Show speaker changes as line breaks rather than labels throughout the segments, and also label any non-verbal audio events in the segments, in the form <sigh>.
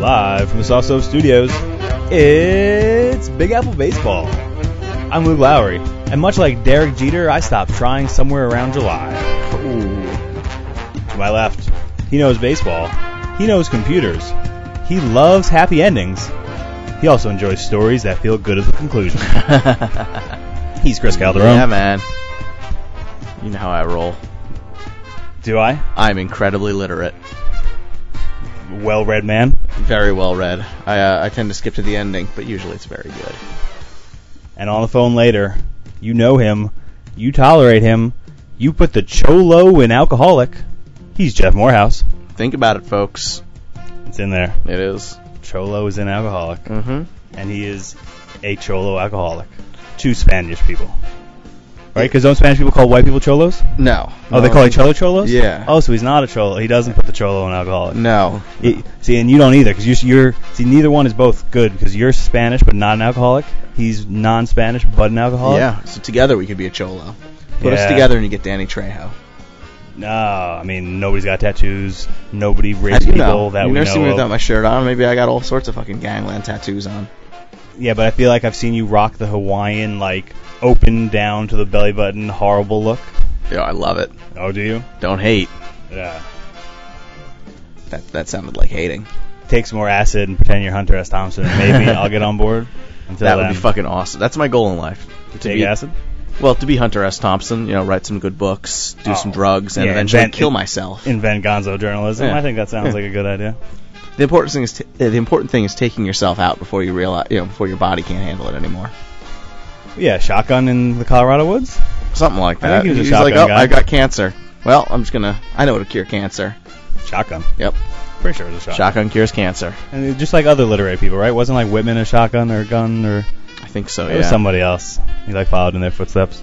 Live from the Soft Soap Studios, it's Big Apple Baseball. I'm Luke Lowry, and much like Derek Jeter, I stopped trying somewhere around July. To my left, he knows baseball, he knows computers, he loves happy endings. He also enjoys stories that feel good as a conclusion. He's <laughs> Chris Calderon.
Yeah, man. You know how I roll.
Do I?
I'm incredibly literate,
Well read man.
very well read. I uh, I tend to skip to the ending, but usually it's very good.
and on the phone later. You know him. You tolerate him. You put the cholo in alcoholic. He's Jeff Morehouse.
Think about it, folks.
It's in there.
It is.
Cholo is an alcoholic,
Mm-hmm.
and he is a cholo alcoholic to Spanish people. Right? Because don't Spanish people call white people cholos?
No.
Oh, they call each other cholos?
Yeah. Mm.
Oh, so he's not a cholo. He doesn't put the cholo in alcoholic.
No.
It- see, and you don't either, because you're, you're see neither one is both good because you're Spanish but not an alcoholic. He's non-Spanish but an alcoholic.
Yeah. So together we could be a cholo. Put
Yeah.
us together and you get Danny Trejo.
No, I mean nobody's got tattoos. Nobody
How
rapes
do you
people
know?
that
You've
we
never
know.
seen me
of.
without my shirt on. Maybe I got all sorts of fucking gangland tattoos on.
Yeah, but I feel like I've seen you rock the Hawaiian like open down to the belly button horrible look.
Yeah, I love it.
Oh, do you?
Don't hate.
Yeah.
That that sounded like hating.
Take some more acid and pretend you're Hunter S. Thompson. and Maybe I'll get on
<laughs>
board. Until
that would
then,
be fucking awesome. That's my goal in life. To
Take
be-
acid.
Well, to be Hunter S. Thompson, you know, write some good books, do
Oh,
some drugs, and
yeah,
eventually
invent-
kill myself.
Invent Gonzo journalism.
Yeah.
I think that sounds
Yeah.
like a good
<laughs>
idea.
the important thing is t- uh, the important thing is taking yourself out before you realize, you know, before your body can't handle it anymore.
Yeah, shotgun in the Colorado woods.
Something like
I
that.
think he was a
He's like,
shotgun
oh,
guy."
I got cancer. Well, I'm just gonna. I know how to cure cancer.
Shotgun.
Yep,
Pretty sure it was a shotgun.
shotgun cures cancer.
And just like other literary people, right? Wasn't like Whitman a shotgun or a gun or?
I think so.
It was
yeah.
somebody else. He like followed in their footsteps.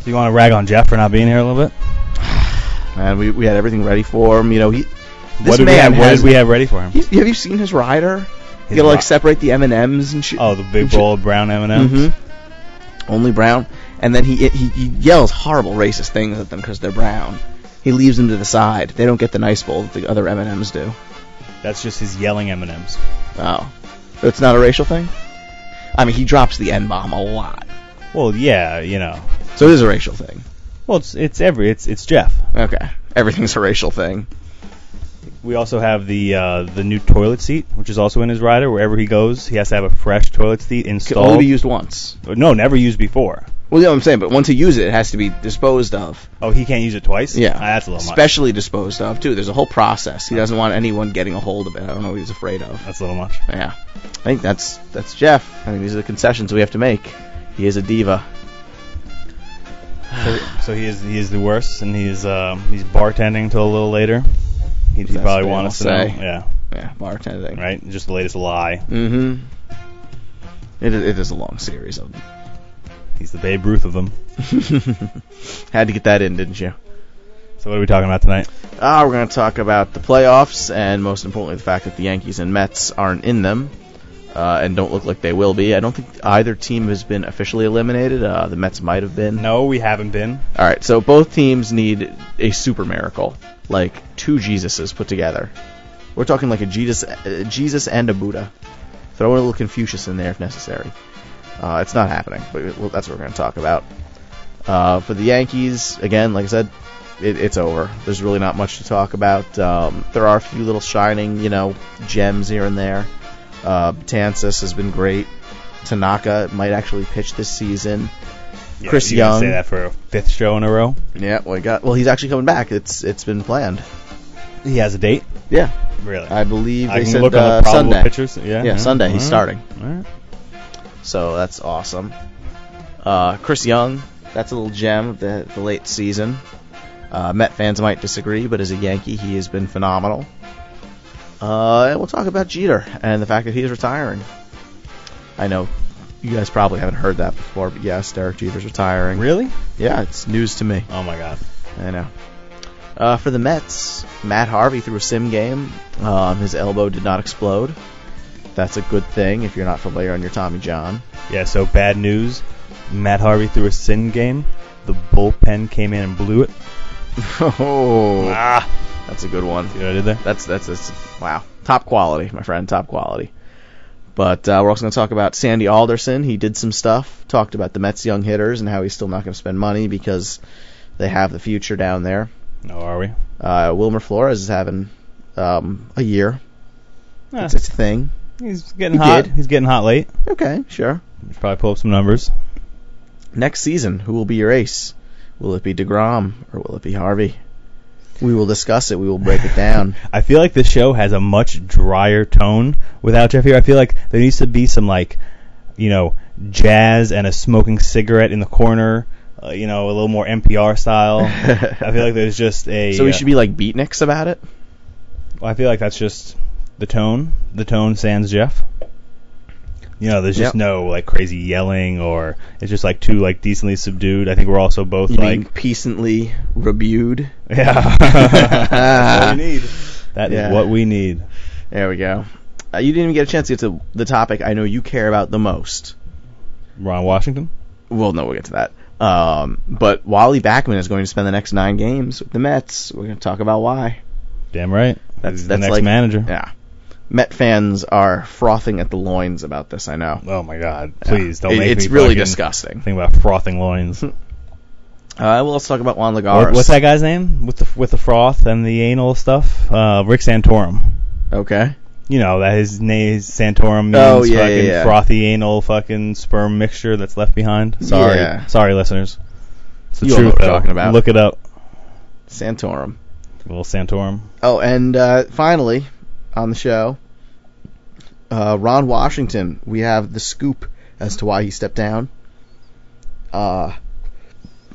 So you want to rag on Jeff for not being here a little bit?
Man, we, we had everything ready for him. You know, he. This
what did we
man
have, what
has.
did we have ready for him?
He's- have you seen his rider?
His
you gotta
ri-
like separate the M and M's and shit.
Oh, the big bowl of brown M&Ms.
Mm-hmm. Only brown. And then he, he he yells horrible racist things at them because they're brown. He leaves them to the side. They don't get the nice bowl that the other M and M's do.
That's just his yelling M&Ms.
Oh, but it's not a racial thing. I mean, he drops the N bomb a lot,
Well, yeah, you know.
so it is a racial thing.
Well, it's it's every it's it's Jeff.
Okay, everything's a racial thing.
We also have the uh, the new toilet seat, which is also in his rider. Wherever he goes, he has to have a fresh toilet seat
Can only
installed.
be used once.
no, never used before.
Well, you know what I'm saying, but once you use it, it has to be disposed of.
Oh, he can't use it twice.
Yeah,
Ah, that's a little much.
Specially disposed of too. There's a whole process. He doesn't want anyone getting a hold of it. I don't know what he's afraid of.
That's a little much.
Yeah, I think that's that's Jeff. I mean, these are the concessions we have to make. He is a diva.
So, so he is he is the worst, and he's um, he's bartending till a little later. He, he
That's
probably
what
want
I'll
us to know.
say.
Yeah,
Yeah, bartending.
right. Just the latest lie.
Mm-hmm. It is, it is a long series of
He's the Babe Ruth of them.
them. <laughs> Had to get that in, didn't you?
So what are we talking about tonight?
Ah, we're going to talk about the playoffs, and most importantly, the fact that the Yankees and Mets aren't in them, uh, and don't look like they will be. I don't think either team has been officially eliminated. Uh, the Mets might have been.
No, we haven't been.
All right, so both teams need a super miracle, like two Jesuses put together. We're talking like a Jesus, a Jesus and a Buddha. Throw in a little Confucius in there if necessary. Uh, it's not happening, but it- well, that's what we're going to talk about. Uh, for the Yankees, again, like I said, it, it's over. There's really not much to talk about. Um, there are a few little shining, you know, gems here and there. Uh, Batansis has been great. Tanaka might actually pitch this season.
Yeah,
Chris
you gonna
Young.
Say that for a fifth show in a row.
Yeah, well, he got well. He's actually coming back. It's it's been planned.
He has a date.
Yeah,
Really?
I believe
I
they
can
said
look on
uh,
the probable
Sunday.
pictures. Yeah.
Yeah, Sunday he's
Alright.
starting.
Alright.
So that's awesome. Uh, Chris Young, that's a little gem of the, the late season. Uh, Met fans might disagree, but as a Yankee, he has been phenomenal. Uh, and we'll talk about Jeter and the fact that he's retiring. I know you guys probably haven't heard that before, but yes, Derek Jeter's retiring.
Really?
Yeah, it's news to me.
Oh my God.
I know. Uh, for the Mets, Matt Harvey threw a sim game. Um, his elbow did not explode. That's a good thing if you're not familiar on your Tommy John.
Yeah. So bad news. Matt Harvey threw a sin game. The bullpen came in and blew it.
<laughs> Oh,
Ah.
That's a good one.
See what I did there?
That's that's that's wow, top quality, my friend, top quality. But uh, we're also going to talk about Sandy Alderson. He did some stuff. Talked about the Mets' young hitters and how he's still not going to spend money because they have the future down there.
Oh, are we?
Uh, Wilmer Flores is having um, a year.
Eh,
It's, it's a thing.
he's getting
he
hot.
did.
He's getting hot late.
Okay, sure.
We should probably pull up some numbers.
Next season, who will be your ace? Will it be Degrom or will it be Harvey? We will discuss it. We will break it down. <laughs>
I feel like this show has a much drier tone without Jeff here. I feel like there needs to be some like, you know, jazz and a smoking cigarette in the corner. Uh, you know, a little more NPR style.
<laughs>
I feel like there's just a. uh,
So we should be like beatniks about it.
I feel like that's just the tone. The tone sans Jeff. You know, there's just
Yep.
no like crazy yelling or it's just like too like decently subdued. I think we're also both
You
like <laughs>
being decently reviewed.
yeah. That's <laughs> what we need. That is
Yeah.
what we need.
There we go. Uh, you didn't even get a chance to get to the topic I know you care about the most.
Ron Washington.
Well, no, we'll get to that. Um, but Wally Backman is going to spend the next nine games with the Mets. We're going to talk about why.
Damn right.
That's
He's
that's
the next
like
manager.
Yeah, Met fans are frothing at the loins about this. I know.
Oh my God! Please don't
It-
make
it's
me
really
fucking
disgusting.
Think about frothing
<laughs>
loins.
Uh, we'll also talk about Juan
What-
Lagares.
what's that guy's name with the with the froth and the anal stuff? Uh, Rick Santorum.
Okay.
You know that his name his Santorum means
Oh, yeah,
fucking
yeah, yeah.
frothy anal fucking sperm mixture that's left behind. Sorry,
Yeah.
sorry, listeners. It's the
You all know
truth.
what I'm
though.
talking about.
Look it up.
Santorum.
Little Santorum.
Oh, and uh, finally, on the show, uh, Ron Washington. We have the scoop as to why he stepped down. Uh,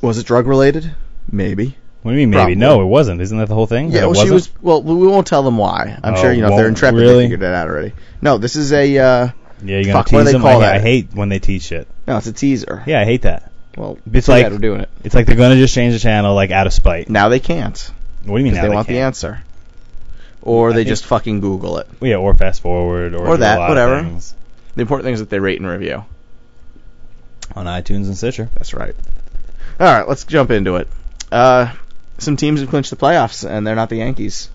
was it drug related? Maybe.
What do you mean? Maybe
Probably.
no, it wasn't. Isn't that the whole thing? That
Yeah,
Uh, it
well, she
wasn't?
was. Well, we won't tell them why. I'm
Oh,
sure you know if they're
won't-
intrepid.
really?
They figured it out already. No, this is a. Uh,
Yeah, you're gonna
Fuck,
tease
what do they
them.
call
I, I
that?
hate when they tease shit.
no, it's a teaser.
Yeah, I hate that.
Well,
It's
too
like-
bad we're doing it
It's like they're gonna just change the channel like out of spite.
now. They can't
What do you mean?
because
Now
they, want
can't?
the answer, or
I
they
think-
just fucking Google it.
Yeah, or fast forward, or,
Or
do
that,
a lot of
whatever.
things
The important thing is that they rate and review.
on iTunes and Stitcher.
That's right. All right, let's jump into it. Uh, some teams have clinched the playoffs, and they're not the Yankees.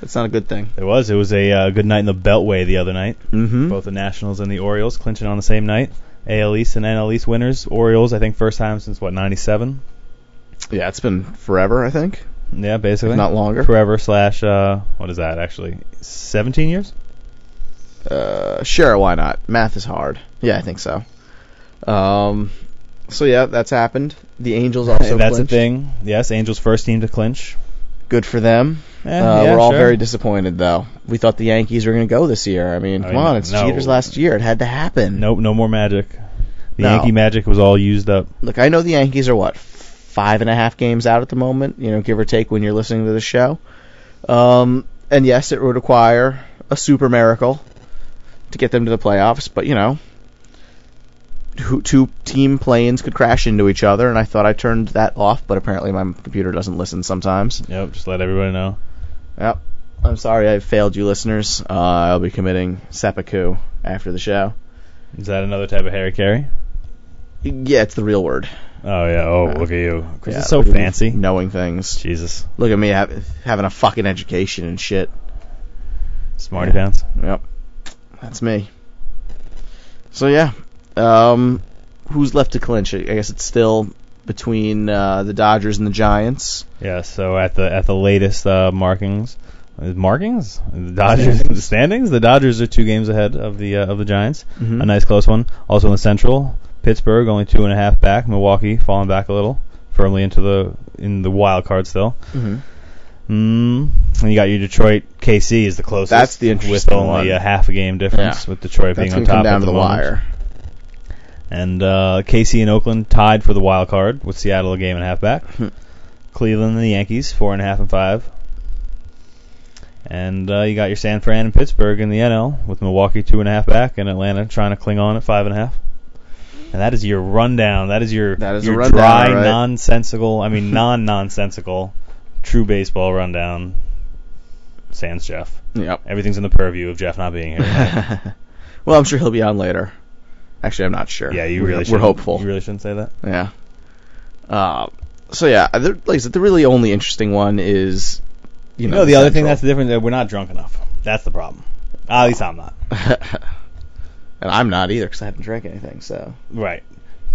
That's not a good thing.
It was. It was a uh, good night in the Beltway the other night.
Mm-hmm.
Both the Nationals and the Orioles clinching on the same night. AL East and NL East winners. Orioles, I think, first time since what '97.
Yeah, it's been forever, I think,
Yeah, basically.
if not longer.
Forever slash uh, what is that actually? 17 years.
Uh, sure, why not? Math is hard. Yeah, I think so. Um, so yeah, that's happened. The Angels <laughs> also
That's
clinched.
a thing. Yes, Angels first team to clinch.
Good for them.
Eh,
uh,
yeah,
we're all
sure.
very disappointed though. We thought the Yankees were going to go this year. I mean,
I
come
mean,
on, it's
no.
cheaters last year. It had to happen.
Nope, no more magic. The
No.
Yankee magic was all used up.
Look, I know the Yankees are what five and a half games out at the moment, you know, give or take when you're listening to the show. Um, and yes, it would require a super miracle to get them to the playoffs, but you know, two, two team planes could crash into each other, and I thought I turned that off, but apparently my computer doesn't listen sometimes.
Yep, just let everybody know.
Yep. I'm sorry I failed you listeners. Uh, I'll be committing seppuku after the show.
Is that another type of Harry Carey?
Yeah, it's the real word.
Oh yeah. Oh,
Uh,
look at you. Chris
yeah,
is so
look at me
fancy.
Knowing things.
Jesus.
Look at me ha- having a fucking education and shit.
Smarty pants.
Yep. That's me. So yeah, um, who's left to clinch? I guess it's still between uh, the Dodgers and the Giants.
Yeah. So at the at the latest uh, markings, uh, markings, the Dodgers the <laughs> standings. The Dodgers are two games ahead of the uh, of the Giants.
Mhm.
A nice close one. Also in the Central, Pittsburgh only two and a half back. Milwaukee falling back a little, firmly into the in the wild card still.
Mm-hmm.
Mm. And you got your Detroit KC is the closest.
That's the interesting
with only
one.
a half a game difference
Yeah.
with Detroit
That's
being on
gonna
top
come
at
down to
the
the
moment.
wire.
And uh, KC and Oakland tied for the wild card with Seattle a game and a half back.
Hmm.
Cleveland and the Yankees four and a half and five. And uh, you got your San Fran and Pittsburgh in the NL with Milwaukee two and a half back and Atlanta trying to cling on at five and a half. And that is your rundown. That is your
That is a
your
rundown,
dry,
alright.
nonsensical. I
<laughs>
mean, non nonsensical, true baseball rundown. Sans Jeff.
Yep.
Everything's in the purview of Jeff not being here.
<laughs> well, I'm sure he'll be on later. Actually, I'm not sure.
yeah, you
We're-
really.
we're
shouldn't-
hopeful.
You really shouldn't say that.
Yeah. Uh, so yeah, the, like I said, the really only interesting one is you
You
know,
know, the other thing
central-
that's different that we're not drunk enough. That's the problem. At least I'm not.
<laughs> and I'm not either because I haven't drank anything. So
Right.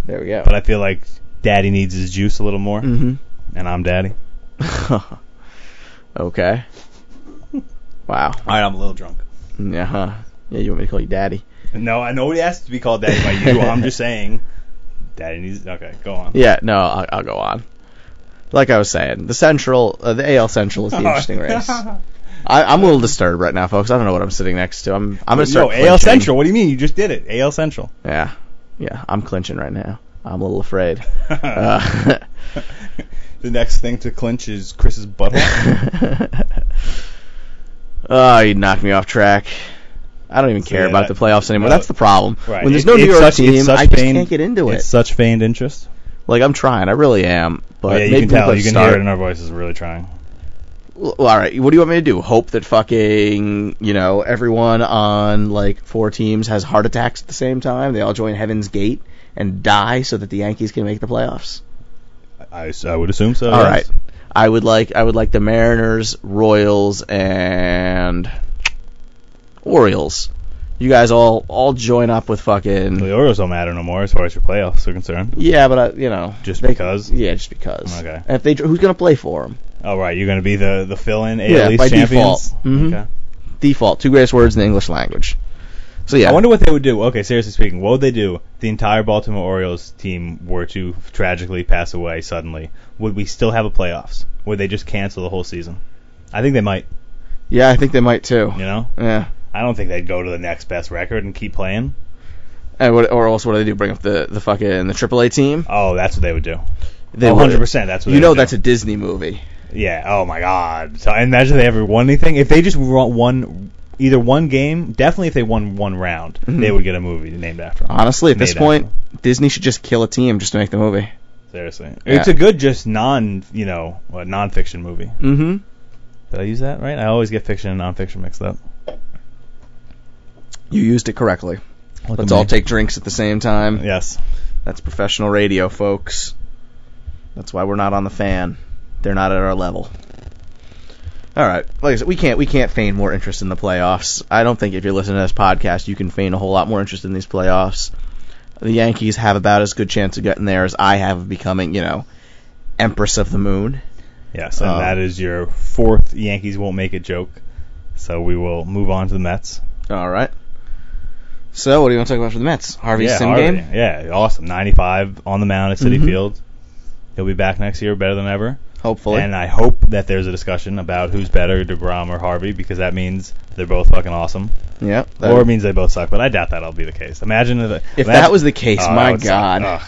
there we go.
But I feel like Daddy needs his juice a little more,
mm-hmm.
and I'm Daddy.
<laughs> okay. Wow.
All right, I'm a little drunk.
Yeah. Huh. Yeah. You want me to call you daddy?
No, I nobody asked to be called Daddy by you. I'm just <laughs> saying, Daddy needs. Okay, go on. <laughs>
Yeah. No. I'll, I'll go on. Like I was saying, the central, uh, the AL
<laughs>
Central
Oh,
is the interesting race. I, I'm a little disturbed right now, folks. I don't know what I'm sitting next to. I'm I'm gonna start.
no, AL
clinching.
Central. What do you mean? You just did it. AL Central. <laughs>
Yeah. Yeah. I'm clinching right now. I'm a
<laughs>
little afraid. Uh, <laughs>
the next thing to clinch is Chris's butthole.
<laughs> oh, you knocked me off track. I don't even care
yeah,
about
that-
the playoffs anymore.
no.
That's the problem.
Right.
When there's
It-
no New
it's
York
such- it's
team,
such
I just
feigned-
can't get into
It's
it.
such feigned interest.
Like I'm trying, I really am. But
Oh, yeah, you
maybe
can tell.
we
You can
start.
hear it in our voices. Really trying.
Well, all right, what do you want me to do? Hope that fucking you know everyone on like four teams has heart attacks at the same time. They all join Heaven's Gate and die so that the Yankees can make the playoffs.
I, I would assume so.
All
yes.
right. I would like I would like the Mariners, Royals, and Orioles. You guys all all join up with
The
fucking
Orioles don't matter no more as far as your playoffs are concerned.
yeah, but I, you know
Just
they-
because?
yeah, just because.
Okay.
And if they who's gonna play for them?
All right, you're going to be the the fill-in AL
Yeah,
East
by
champions.
default. Mhm.
Okay.
Default two greatest words in the English language. So yeah,
I wonder what they would do. Okay, seriously speaking, what would they do? if The entire Baltimore Orioles team were to tragically pass away suddenly. Would we still have a playoffs? Would they just cancel the whole season? I think they might.
yeah, I think they might too.
You know,
Yeah.
I don't think they'd go to the next best record and keep playing.
And what, or else what do they do? Bring up the the fucking the AAA team?
Oh, that's what they would do.
They
Oh,
would.
100%, that's what
you
they
know
would do.
that's a Disney movie.
Yeah. Oh my God. So I imagine they ever won anything. If they just won one, either one game, definitely if they won one round,
Mhm.
they would get a movie named after them.
Honestly, at
Made
this
after
point,
them.
Disney should just kill a team just to make the movie.
seriously,
Yeah.
it's a good just non, you know, what, non-fiction movie.
Mm-hmm.
Did I use that right? I always get fiction and non-fiction mixed up.
You used it correctly.
Look
Let's
at
all
me.
take drinks at the same time.
Yes.
That's professional radio, folks. That's why we're not on the fan. They're not at our level. All right, like I said, we can't we can't feign more interest in the playoffs. I don't think if you're listening to this podcast, you can feign a whole lot more interest in these playoffs. The Yankees have about as good chance of getting there as I have of becoming, you know, Empress of the Moon.
Yes, and
Um,
that is your fourth Yankees won't make it joke. So we will move on to the Mets.
All right. So, what do you want to talk about for the Mets? Harvey
yeah,
Sim
Harvey.
game.
Yeah, awesome. 95 on the mound at City
Mhm.
Field. He'll be back next year, better than ever.
Hopefully.
And I hope that there's a discussion about who's better, DeGrom or Harvey, because that means they're both fucking awesome.
yeah.
or it means they both suck, but I doubt that'll be the case. Imagine if,
If
imagine-
that was the case,
Oh, that
my
would suck.
God.
Ugh.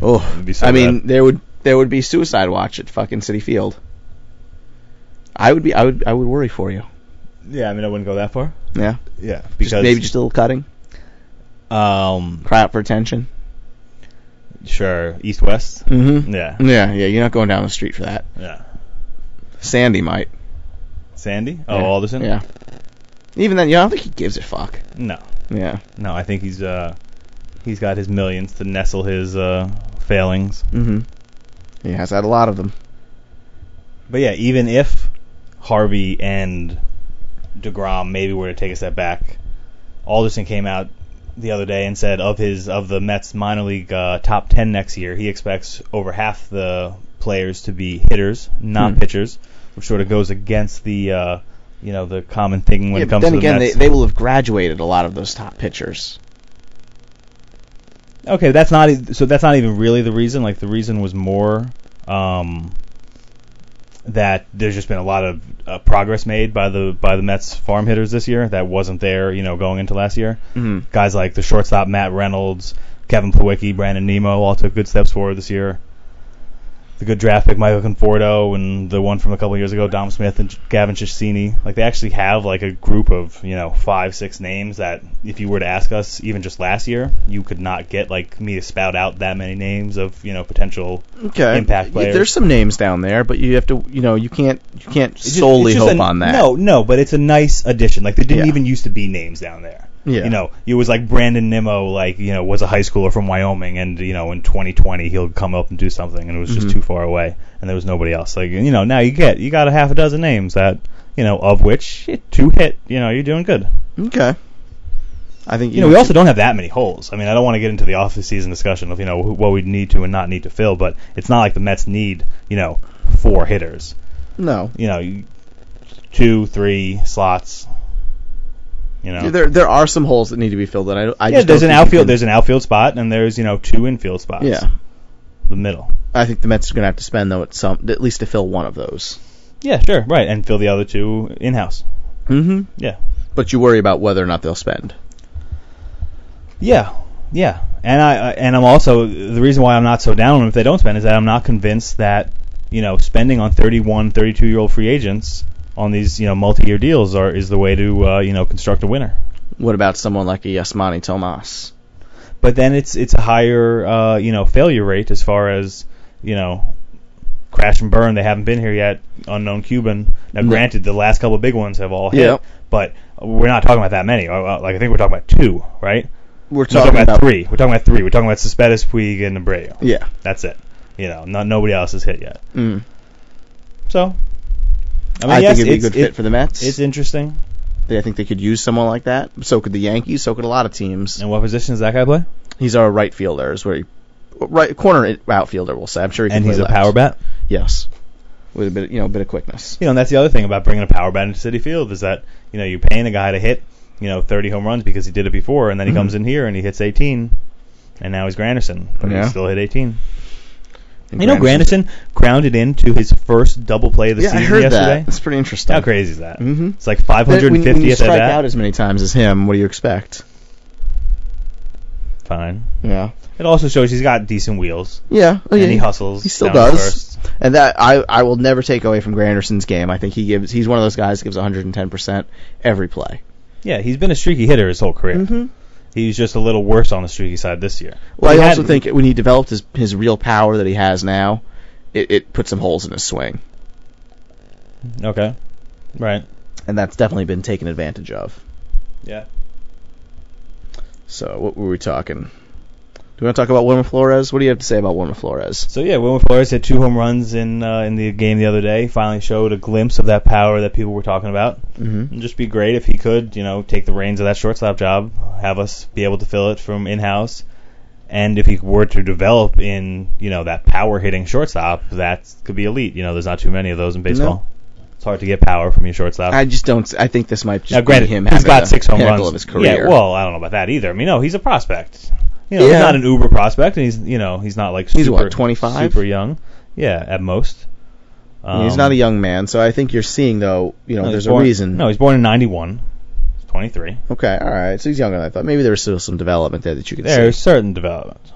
Oh,
It'd be so
I mean, there would there would be suicide watch at fucking City Field. I would be, I would, I would worry for you.
Yeah, I mean, I wouldn't go that far.
Yeah,
Yeah, because
just maybe just a little cutting,
um,
cry out for attention.
sure, East West.
<laughs> Mm-hmm.
Yeah,
Yeah, yeah, you're not going down the street for that.
yeah. Sandy.
Sandy might.
Oh,
yeah.
Alderson.
Yeah. Even then, you know, I don't think he gives a fuck.
No,
Yeah.
no, I think he's uh, he's got his millions to nestle his uh failings.
Mm-hmm. He has had a lot of them.
But yeah, even if Harvey and DeGrom maybe were to take a step back, Alderson came out the other day and said of his of the Mets minor league uh, top 10 next year, he expects over half the players to be hitters, not
Hmm.
pitchers, which sort of goes against the uh, you know the common thinking when
yeah,
it
but
comes
then
to the
again, they,
Mets.
they will have graduated a lot of those top pitchers.
okay, that's not e- so. That's not even really the reason. Like the reason was more um, that there's just been a lot of uh, progress made by the by the Mets farm hitters this year that wasn't there, you know, going into last year.
Mm-hmm.
Guys like the shortstop Matt Reynolds, Kevin Plawicki, Brandon Nemo all took good steps forward this year. The good draft pick Michael Conforto and the one from a couple years ago, Dom Smith and Gavin Chisini. Like they actually have like a group of you know five six names that if you were to ask us even just last year, you could not get like me to spout out that many names of you know potential.
Okay.
Impact
Yeah,
players.
There's some names down there, but you have to, you know, you can't, you can't
It's just-
solely
it's just
hope
a-
on that.
No, no, but it's a nice addition. Like there didn't
Yeah.
even used to be names down there.
Yeah.
You know, it was like Brandon Nimmo, like you know, was a high schooler from Wyoming, and you know, in 2020 he'll come up and do something, and it was just
Mhm.
too far away, and there was nobody else. Like you know, now you get you got a half a dozen names that you know of which shit, two hit. You know, you're doing good.
Okay. I think
You know, we also don't have that many holes. I mean, I don't want to get into the off-season discussion of you know wh- what we need to and not need to fill, but it's not like the Mets need you know four hitters.
no.
You know, you- two, three slots. You know,
There there are some holes that need to be filled, and I, I
yeah,
just
there's
don't
an
think you
outfield.
can-
There's an outfield spot, and there's you know two infield spots.
yeah.
the middle.
I think the Mets are going to have to spend though at some at least to fill one of those.
Yeah, sure, right, and fill the other two in house.
Mm-hmm.
Yeah,
But you worry about whether or not they'll spend.
yeah, yeah. And I I- and I'm also the reason why I'm not so down on them if they don't spend is that I'm not convinced that you know spending on 31, 32 year old free agents on these you know multi-year deals are is the way to uh, you know construct a winner.
What about someone like a Yasmani Tomas?
But then it's it's a higher uh, you know failure rate as far as you know crash and burn. They haven't been here yet. Unknown Cuban. Now,
No.
granted, the last couple of big ones have all hit,
Yep.
but we're not talking about that many. Uh, Like I think we're talking about two, right?
We're
We're talking, about, three. We're talking about three. We're talking about Suspettus, Puig, and Abreu.
Yeah.
That's it. You know, not nobody else has hit yet.
Mm.
So,
I,
mean, yes,
think it'd be a
it's-
good
it-
fit for the Mets.
it's interesting.
I think they could use someone like that. So could the Yankees. So could a lot of teams.
And what position does that guy play?
He's our right fielder. Is where he right corner outfielder. We'll say. I'm sure he can
And
play
he's a
left.
power bat.
Yes. With a bit, of, you know, a bit of quickness.
you know, and that's the other thing about bringing a power bat into City Field is that you know you're paying a guy to hit you know 30 home runs because he did it before, and then he
Mhm.
comes in here and he hits 18, and now he's Granderson, but
Yeah.
he still hit 18. You know, Granderson grounded into his first double play of the
Yeah, I
season
heard
yesterday.
that. It's pretty interesting.
How crazy is that?
Mhm.
It's like
That-
550th
When, when you
at
strike
that.
out as many times as him, what do you expect?
Fine.
Yeah.
It also shows he's got decent wheels
Yeah. Oh, yeah.
and he hustles.
He still
down to
does.
first.
And that I, I will never take away from Granderson's game. I think he gives he's one of those guys that gives 110% every play.
Yeah, he's been a streaky hitter his whole career.
Mm-hmm.
He's just a little worse on the streaky side this year.
Well,
He
I
had-
also think when he developed his his real power that he has now, it, it put some holes in his swing,
Okay. Right.
and that's definitely been taken advantage of.
Yeah.
So what were we talking? Do we want to talk about Wilmer Flores? What do you have to say about Wilmer Flores?
So yeah, Wilmer Flores had two home runs in uh, in the game the other day. Finally showed a glimpse of that power that people were talking about.
Mm-hmm.
It'd just be great if he could, you know, take the reins of that shortstop job, have us be able to fill it from in house, and if he were to develop in, you know, that power hitting shortstop, that could be elite. You know, there's not too many of those in baseball. It's hard to get power from your shortstop.
I just don't. I think this might just
Oh. now, granted,
be him
he's
having
got
a
six home
pinnacle
runs
of his career.
Yeah, well, I don't know about that either. I mean, no, he's a prospect. You know, he's
Yeah.
not an uber prospect, and he's you know he's not like super,
He's what, 25?
super young. Yeah, at most.
I mean, he's
Um,
not a young man, so I think you're seeing though. You know,
no, he's
there's a
born-
reason.
No, he's born in '91. He's 23.
Okay, all right. So he's younger than I thought. Maybe there's still some development there that you could see.
There's certain development.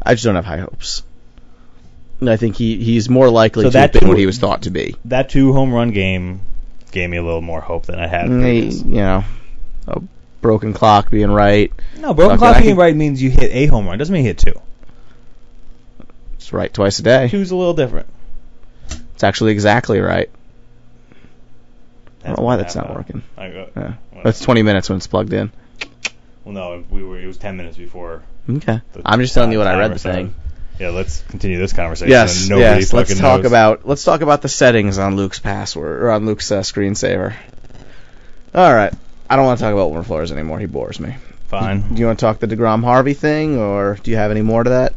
I just don't have high hopes. And I think he, he's more likely
So
to
that
have been
too-
what he was thought to be.
That two home run game gave me a little more hope than I had.
And Mm, he-
previous.
you know, a broken clock being right.
No, broken
Okay,
clock
I
being
think-
right means you hit a home run. Doesn't mean you hit two.
It's right twice a day.
Two's a little different.
It's actually exactly right. I don't know why
what
that's not
happened.
working.
I got-
Yeah.
well,
That's 20 minutes when it's plugged in.
Well, no, we were. It was 10 minutes before
Okay.
the
I'm just telling you what I read
timer
the
said.
thing.
Yeah, let's continue this conversation.
Yes,
Nobody
yes. Let's
fucking
talk
knows.
about let's talk about the settings on Luke's password or on Luke's uh, screensaver. All right. I don't want to talk about Wilmer Flores anymore. He bores me.
Fine.
Do you want to talk the Degrom Harvey thing, or do you have any more to that?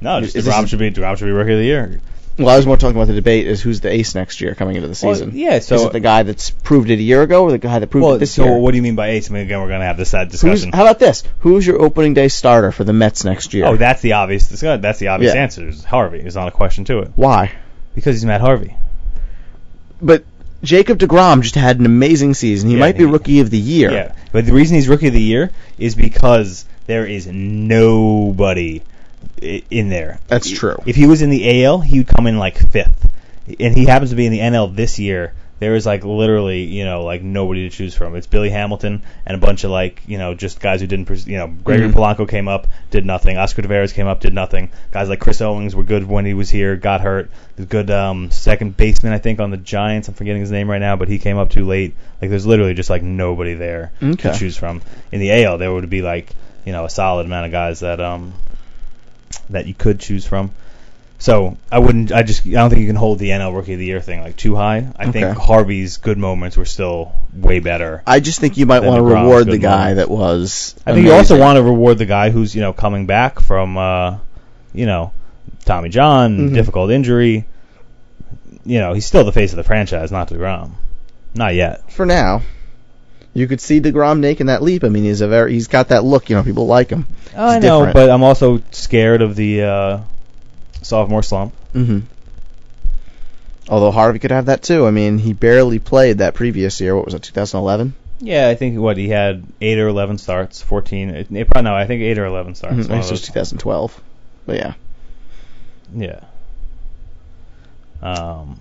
No, just
Is
DeGrom
this-
should be DeGrom should be Rookie of the Year.
Well, I was more talking about the debate is who's the ace next year coming into the
Well,
season.
yeah, so-
is it the guy that's proved it a year ago, or the guy that proved
Well,
it this
so
year?
what do you mean by ace? I mean, again, we're gonna have this that
Who's,
discussion.
how about this? Who's your opening day starter for the Mets next year?
Oh, that's the obvious. discuss- That's the obvious
Yeah.
answer. Is Harvey is not a question to it
Why?
because he's Matt Harvey.
But Jacob Degrom just had an amazing season. He
Yeah,
might be
he-
rookie of the year.
Yeah, but the reason he's Rookie of the Year is because there is nobody i- in there.
That's true.
If he was in the AL, he would come in like fifth, and he happens to be in the NL this year. there is like literally, you know, like nobody to choose from. It's Billy Hamilton and a bunch of like, you know, just guys who didn't, pres- you know, Gregory
Mhm.
Polanco came up, did nothing. Oscar Tavares came up, did nothing. Guys like Chris Owings were good when he was here, got hurt. The good um, second baseman, I think, on the Giants. I'm forgetting his name right now, but he came up too late. Like there's literally just like nobody there
Okay.
to choose from. In the AL, there would be like, you know, a solid amount of guys that um that you could choose from. So I wouldn't. I just. I don't think you can hold the NL Rookie of the Year thing like too high. I think
Okay.
Harvey's good moments were still way better.
I just think you might
Then
want to
DeGrom's
reward
good
the guy
moments.
that was.
I think you also
amazing.
want to reward the guy who's you know coming back from uh, you know Tommy John
Mhm.
difficult injury. You know he's still the face of the franchise, not Degrom. Not yet.
for now. You could see Degrom making that leap. I mean, he's a very he's got that look. You know, people like him.
Oh, I
It's
know,
different.
but I'm also scared of the uh, sophomore slump.
Mm-hmm. Although Harvey could have that too. I mean, he barely played that previous year. What was it, 2011?
Yeah, I think what he had eight or eleven starts, fourteen. It, it, probably no, I think eight or eleven starts.
Mhm, I
one of
guess it was
those.
2012. But yeah,
Yeah. Um,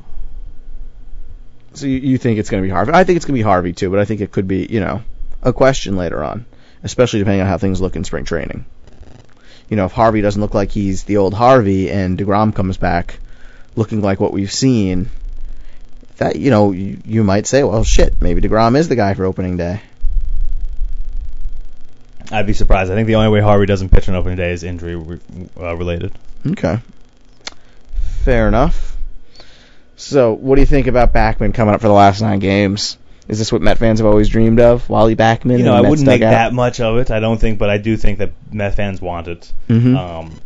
so you, you think it's going to be Harvey? I think it's going to be Harvey too, but I think it could be you know a question later on, especially depending on how things look in spring training. You know, if Harvey doesn't look like he's the old Harvey and Degrom comes back looking like what we've seen, that you know you, you might say, well, shit, maybe Degrom is the guy for opening day.
I'd be surprised. I think the only way Harvey doesn't pitch on opening day is injury re- uh, related.
Okay. Fair enough. So, what do you think about Backman coming up for the last nine games? Is this what Met fans have always dreamed of? Wally Backman?
You know, I wouldn't make that much of it. I don't think, but I do think that Met fans want it.
hmm
Um,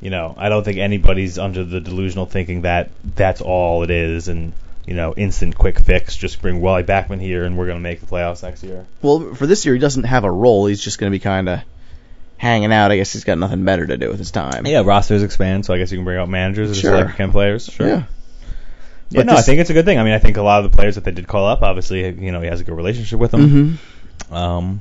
you know, I don't think anybody's under the delusional thinking that that's all it is, and you know, instant quick fix. Just bring Wally Backman here, and we're gonna make the playoffs next year.
well, for this year, he doesn't have a role. He's just going to be kind of hanging out. I guess he's got nothing better to do with his time.
Yeah, rosters expand, so I guess you can bring out managers
Sure.
just like you can players. Sure.
Yeah.
Yeah,
But
no, I
this-
think it's a good thing. I mean, I think a lot of the players that they did call up, obviously, you know, he has a good relationship with them.
hmm
Um,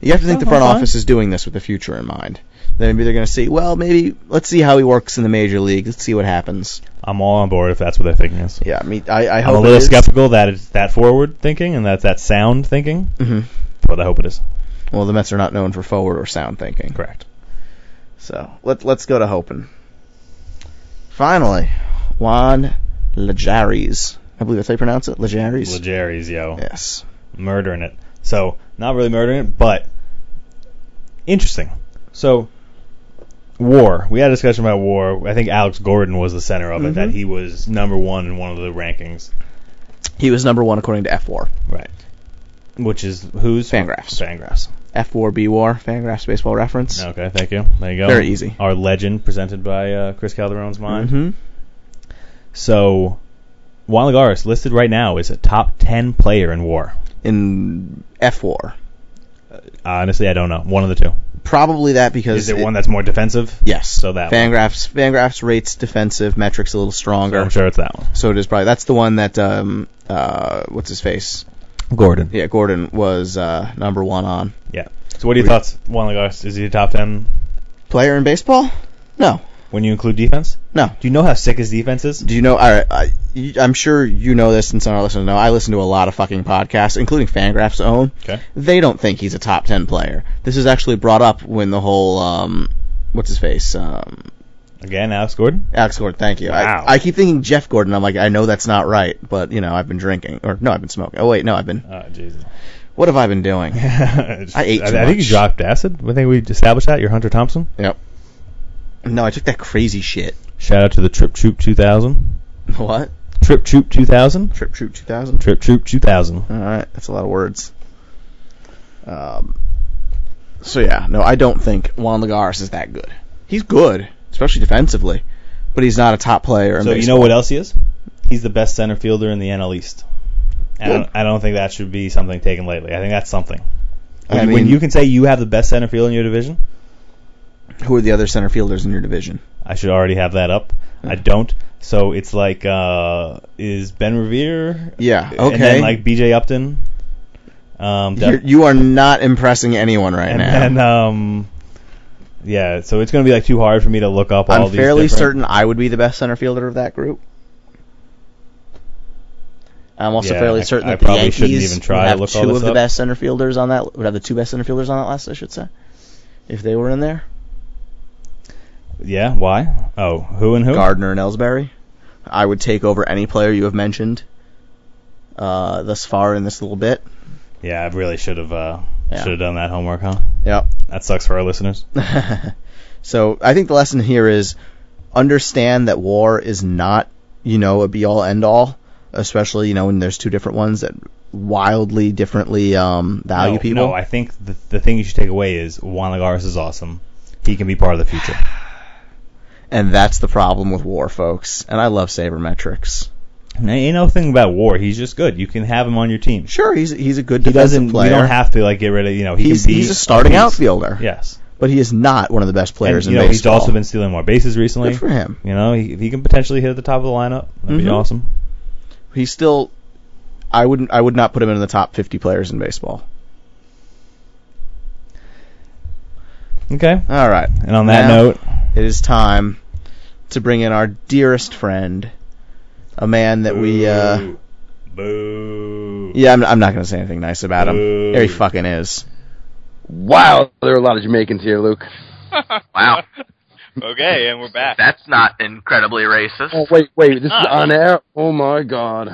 You have to think
Oh,
the front
okay.
office is doing this with the future in mind. Then maybe they're going to see, well, maybe let's see how he works in the major league. Let's see what happens.
I'm all on board if that's what they're thinking is.
Yeah, I mean, I, I
I'm
hope
a little skeptical that it's that forward thinking and that's that sound thinking,
hmm
but I hope it is
Well, the Mets are not known for forward or sound thinking.
correct.
So let let's go to hoping. Finally, Juan Lejares. I believe that's how you pronounce it. Lejares.
Legere's, yo.
yes.
Murdering it. So, not really murdering it, but interesting. So, war. We had a discussion about war. I think Alex Gordon was the center of it,
Mhm.
that he was number one in one of the rankings.
He was number one according to F War.
Right. Which is who's?
Fangraphs.
Fangraphs.
F War B War. Fangraphs baseball reference.
Okay, thank you. There you go.
Very easy.
Our legend presented by uh, Chris Calderon's mind.
hmm
So, Juan Lagares listed right now is a top 10 player in war.
In F War.
Honestly, I don't know. One of the two.
Probably that because
Is there
it-
one that's more defensive?
Yes.
So that one.
Fangraphs. Fangraphs rates defensive metrics a little
So
stronger.
I'm sure it's that one.
So it is probably that's the one that um uh what's his face
Gordon.
yeah Gordon was uh number one on
Yeah. So, what are your
We-
thoughts, Juan Lagares? Is he a top 10
player in baseball no
when you include defense?
no
Do you know how sick his defense is?
Do you know? I, I, you- I'm sure you know this, and some of our listeners know. I listen to a lot of fucking podcasts, including Fangraph's own.
Okay.
They don't think he's a top ten player. This is actually brought up when the whole um, what's his face, um,
Again, Alex Gordon?
Alex Gordon. Thank you.
Wow.
I, I keep thinking Jeff Gordon. I'm like, I know that's not right, but you know, I've been drinking, or no, I've been smoking. Oh wait, no, I've been.
Oh, Jesus.
What have I been
<laughs>
doing?
I
ate
I,
too
think you
much.
dropped acid. I think we established that. You're Hunter Thompson.
Yep. No, I took that crazy shit. <laughs>
Shout out to the Trip Troop 2000.
What?
Trip Troop 2000.
Trip Troop 2000.
Trip Troop 2000.
All right, that's a lot of words. Um, so yeah, no, I don't think Juan Lagares is that good. He's good, especially defensively, but he's not a top player. In
So you
baseball.
know what else he is? He's the best center fielder in the NL East. And I
Good.
don't, I don't think that should be something taken lightly. I think that's something. When,
I
when
mean-
you can say you have the best center fielder in your division,
who are the other center fielders in your division?
I should already have that up. I don't. So it's like, uh, is Ben Revere?
Yeah,
And then
okay.
like BJ Upton. Um,
You're, you are not impressing anyone right
and
now.
then, um, yeah, so it's going to be like too hard for me to look up all
I'm
these.
fairly
different-
certain I would be the best center fielder of that group. I'm also
Yeah,
fairly
I-
certain
I
that the
probably shouldn't
Yankees
even try
would
to
have
look all
two
this
of the
up.
best center fielders on that. Would have the two best center fielders on that list, I should say, if they were in there.
Yeah, why? Oh, who and who?
Gardner and Ellsbury. I would take over any player you have mentioned uh, thus far in this little bit.
Yeah, I really should have uh,
Yeah.
should have done that homework, huh?
Yep.
That sucks for our listeners.
<laughs> so I think the lesson here is understand that war is not, you know, a be all end all, especially, you know, when there's two different ones that wildly differently um, value
no,
people.
No, I think the, the thing you should take away is Juan Lagares is awesome. He can be part of the future.
<sighs> and that's the problem with war, folks. And I love sabermetrics.
And ain't no thing about war. He's just good. You can have him on your team.
Sure, he's he's a good
He
defensive
doesn't.
player.
You don't have to like get rid of. You know, he
he's,
can be
he's a starting
he's-
outfielder,
Yes,
but he is not one of the best players
and, you
in
know, he's
baseball.
also been stealing more bases recently.
Good for him.
You know, he, he can potentially hit at the top of the lineup. That'd be
Mhm.
awesome.
He's still, I wouldn't, I would not put him in the top 50 players in baseball.
Okay.
All right.
And on that
Now-
note,
it is time to bring in our dearest friend, a man that we. Uh,
boo.
yeah, I'm, I'm not going to say anything nice about him.
Boo.
There he fucking is.
Wow, there are a lot of Jamaicans here, Luke. Wow.
okay, and we're back. <laughs>
That's not incredibly racist.
Oh, wait, wait, this is
Ah.
on air. Oh my God.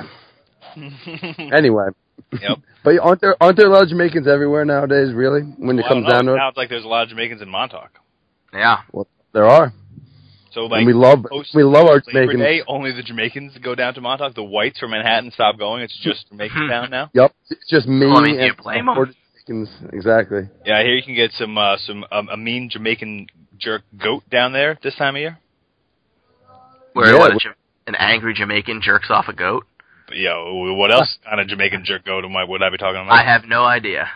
Anyway.
Yep.
<laughs> But aren't there aren't there a lot of Jamaicans everywhere nowadays? Really, when it
Well,
comes
I don't
down
know,
to
it
it,
sounds like there's a lot of Jamaicans in Montauk.
Yeah.
there are.
So like
And we love
post-
we love our
Labor
Jamaicans.
Day, only the Jamaicans go down to Montauk. The whites from Manhattan stop going. It's just Jamaican town now.
Yep, it's just me
Well, I mean, do
and
you blame 'em?
four Jamaicans. Exactly.
Yeah, I hear you can get some uh, some um, a mean Jamaican jerk goat down there this time of year.
Where
Yeah,
what,
we-
a, Ja- an angry Jamaican jerks off a goat?
But yeah, what else kind of Jamaican jerk goat am I? Would I be talking about?
I have no idea.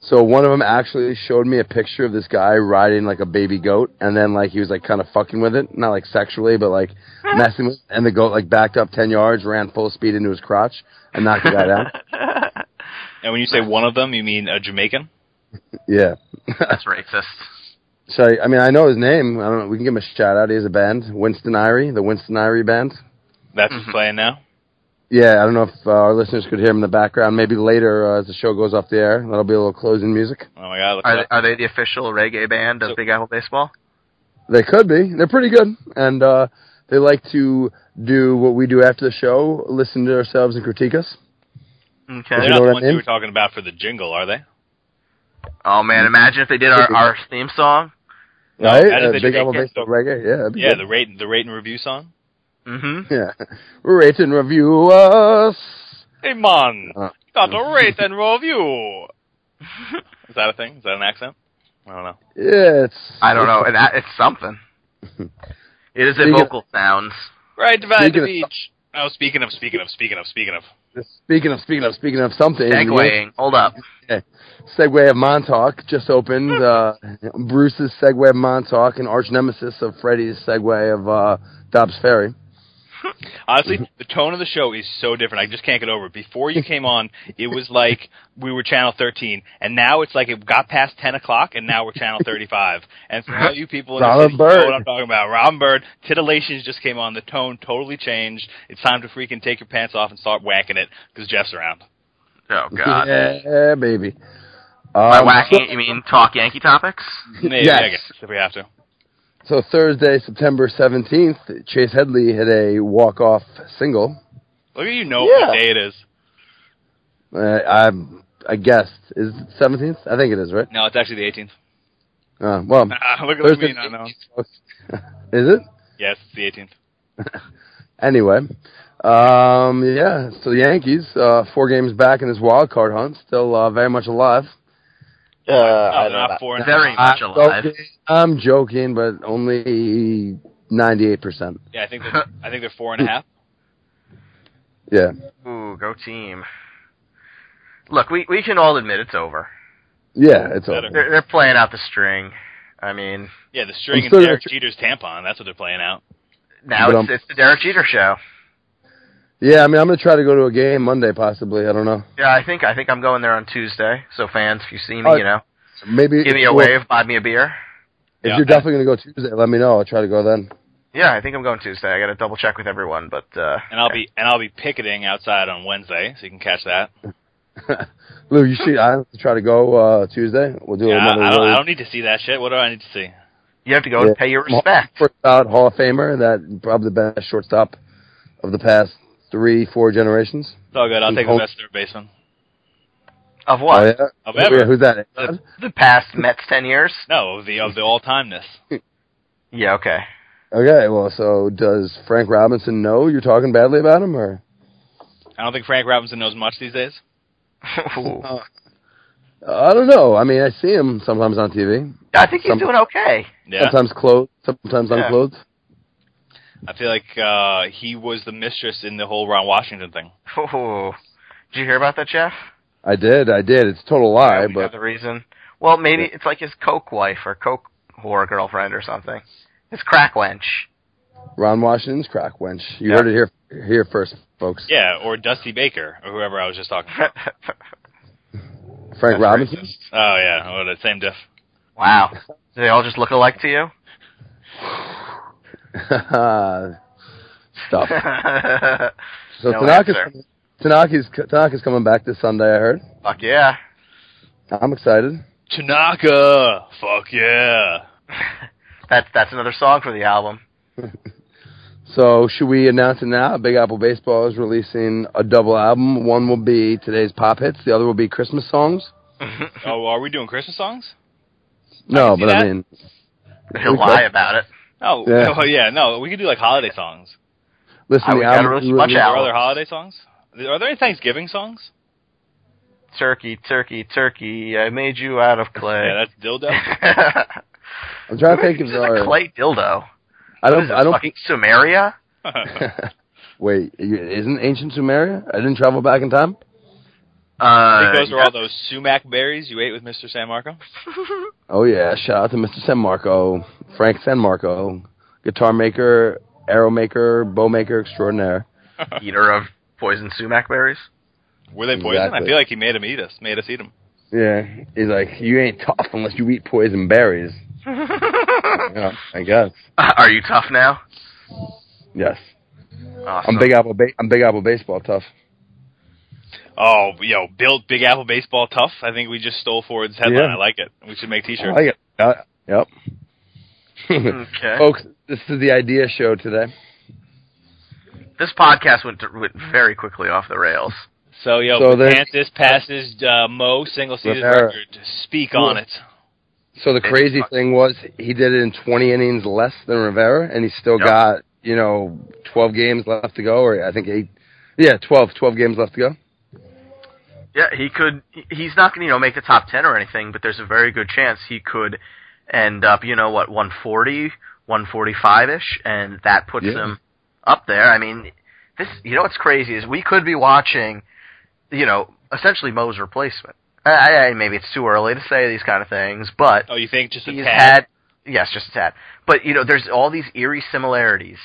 So one of them actually showed me a picture of this guy riding like a baby goat, and then like he was like kind of fucking with it, not like sexually, but
<laughs>
like messing with. It. And the goat like backed up ten yards, ran full speed into his crotch, and knocked the guy
<laughs>
down.
and when you say one of them, you mean a Jamaican?
Yeah.
That's racist.
So I I mean, I know his name. I don't know. We can give him a shout out. He has a band, Winston Irie, the Winston Irie band.
That's who's playing now.
Yeah, I don't know if uh, our listeners could hear him in the background. Maybe later uh, as the show goes off the air, that'll be a little closing music.
Oh my God! Look
<laughs> Are
at
they,
that.
are they the official reggae band of
So-
Big Apple Baseball?
They could be. They're pretty good, and uh, they like to do what we do after the show: listen to ourselves and critique us.
They're
you
Okay.
not
know what
the
I
ones
mean?
you were talking about for the jingle, are they?
Oh man, imagine if they did our, our theme song.
No,
right?
that is
Uh,
the
Big Apple
Jamaican
Baseball
folk.
Reggae. Yeah. that'd be
Yeah,
good.
the rate the rate and review song.
Mm-hmm.
Yeah. Rate and review us.
Hey man,
Uh.
you got to rate and review. Is that a thing? Is that an accent? I don't know.
Yeah, it's.
I don't know. It, it's <laughs> something. It is a
Speaking of-
vocal sounds.
Right by
Speaking
the
of-
beach. Oh, speaking of, speaking of, speaking of, speaking of.
Speaking of speaking of speaking of something.
Segwaying. Hold up.
Segway of Montauk just opened. Uh, Bruce's Segway of Montauk and arch nemesis of Freddy's Segway of uh, Dobbs Ferry.
Honestly,
Mm-hmm.
the tone of the show is so different. I just can't get over it. Before you came on, it was like we were Channel 13, and now it's like it got past 10 o'clock, and now we're Channel 35. And for all you people in the
Robin
city, you know
Byrd.
what I'm talking about. Robin Bird, titillations just came on. The tone totally changed. It's time to freaking take your pants off and start whacking it because Jeff's around.
Oh god.
Yeah, baby.
By
Um,
whacking it, you mean talk Yankee topics?
Maybe,
Yes.
I guess, if we have to.
So Thursday, September 17th, Chase Headley hit a walk-off single.
Look at you know
Yeah.
what day it is.
Uh, I I guessed. Is it 17th? I think it is, right?
No, it's actually the 18th.
Uh, well,
Ah, <laughs> look at
Thursday.
me. No, no.
<laughs> Is it?
Yes, it's the 18th.
Anyway, um, yeah. So the Yankees, uh, four games back in this wild card hunt, still uh, very much alive. Uh,
Oh, they're not four and a half.
Very much alive.
Joking. I'm joking, but only 98%.
Yeah, I think they're,
<laughs>
I think they're four and a half.
Yeah.
Ooh, go team. Look, we, we can all admit it's over.
Yeah, it's
Better.
over.
They're, they're playing out the string. I mean,
Yeah, the string
I'm
and
still
Derek
gonna
Jeter's tampon. That's what they're playing out.
now
But,
it's,
um,
it's the Derek Jeter show.
Yeah, I mean, I'm going to try to go to a game Monday, possibly. I don't know.
Yeah, I think I think I'm going there on Tuesday. So fans, if you see me,
Oh,
you know,
Maybe
give me a
well,
wave, buy me a beer.
If
Yeah.
you're definitely going to go Tuesday, let me know. I'll try to go then.
Yeah, I think I'm going Tuesday. I got to double check with everyone, but uh,
And I'll be and I'll be picketing outside on Wednesday, so you can catch that.
Lou, you should. I have to try to go uh, Tuesday. We'll do
Yeah, I,
another.
I don't,
really-
I don't need to see that shit. What do I need to see?
you have to go
Yeah.
and pay your respect.
First out Hall of Famer, that probably the best shortstop of the past three, four generations.
It's all good. I'll
He
take the
holds-
best third baseman
Of what?
Oh, yeah?
of
Yeah,
ever.
who's that?
The, the past Mets ten years?
No, of the of the all timeness.
Yeah, okay. <laughs>
Okay, well, so does Frank Robinson know you're talking badly about him, or
I don't think Frank Robinson knows much these days.
Ooh.
Uh, I don't know. I mean, I see him sometimes on TV,
I think he's
Some-
doing okay. <laughs>
Yeah,
sometimes clothed, sometimes
Yeah.
unclothed.
I feel like uh he was the mistress in the whole Ron Washington thing.
Ooh. Did you hear about that, Jeff?
I did, I did. It's a total
Yeah,
lie,
we know
but
the reason. Well, maybe it's like his coke wife or coke whore girlfriend or something. His crack wench. <laughs>
Ron Washington's crack wench. You
Yeah.
heard it here here first, folks.
Yeah, or Dusty Baker or whoever I was just talking. about.
Frank
That's
Robinson. <laughs>
racist.
Oh yeah, oh, the same diff.
Wow. Do they all just look alike to you? <laughs>
Stuff. So
No
Tanaka's
answer.
Tanaki's Tanaki's coming back this Sunday. I heard.
Fuck yeah. <laughs>
I'm excited.
Tanaka,
<laughs>
fuck yeah.
that's that's another song for the album. <laughs>
So should we announce it now? Big Apple Baseball is releasing a double album. One will be today's pop hits. The other will be Christmas songs.
Oh, are we doing Christmas songs?
No,
see
but I
that.
mean,
He'll lie about it.
Oh,
Yeah.
oh yeah, no, we could do like holiday songs.
listen.
I
the
would gotta
album
release a bunch of
Are there
Albums.
other holiday songs? Are there any Thanksgiving songs?
Turkey, turkey, turkey. I made you out of clay.
Yeah, that's dildo.
<laughs>
<laughs>
I'm trying to
Who
think
<laughs>
if
uses
there
a
are.
clay dildo.
I
What is
don't.
it,
I don't.
fucking Sumeria.
<laughs> Wait, isn't ancient Sumeria? I didn't travel back in time.
Uh,
I think those are
yeah.
all those sumac berries you ate with Mr. San Marco.
Oh yeah, shout out to Mr. San Marco, Frank San Marco, guitar maker, arrow maker, bow maker extraordinaire.
<laughs> eater of poison sumac berries.
<laughs>
<laughs>
Were they poison? I
Exactly.
feel like he made them eat us, made us eat them.
Yeah, he's like, you ain't tough unless you eat poison <laughs> berries. Yeah, I guess.
Are you tough now?
Yes,
Awesome.
I'm Big Apple. Ba- I'm Big Apple baseball tough.
Oh, yo, built Big Apple baseball tough. I think we just stole Ford's headline.
Yeah.
I like it. We should make
I
T-shirts.
like it. Uh, yep. <laughs>
Okay.
Folks, this is the idea show today.
This podcast went, to, went very quickly off the rails.
So yo,
So there's-
Panthers passes uh, Mo single season
Rivera.
record. Speak
Cool.
on it.
So the crazy
uh,
thing was he did it in 20 innings less than Rivera, and he still
Yep.
got you know 12 games left to go, or I think eight. Yeah, 12, 12 games left to go.
Yeah, he could. he- He's not going to you know make the top ten or anything, but there's a very good chance he could end up you know what 140, 145 ish, and that puts
Yeah.
him up there. I mean, this you know what's crazy is we could be watching, you know, essentially Moe's replacement. I, I, I- maybe it's too early to say these kind of things, but
Oh, you think just a
he's
tad?
had yes, just a tad. But you know, there's all these eerie similarities.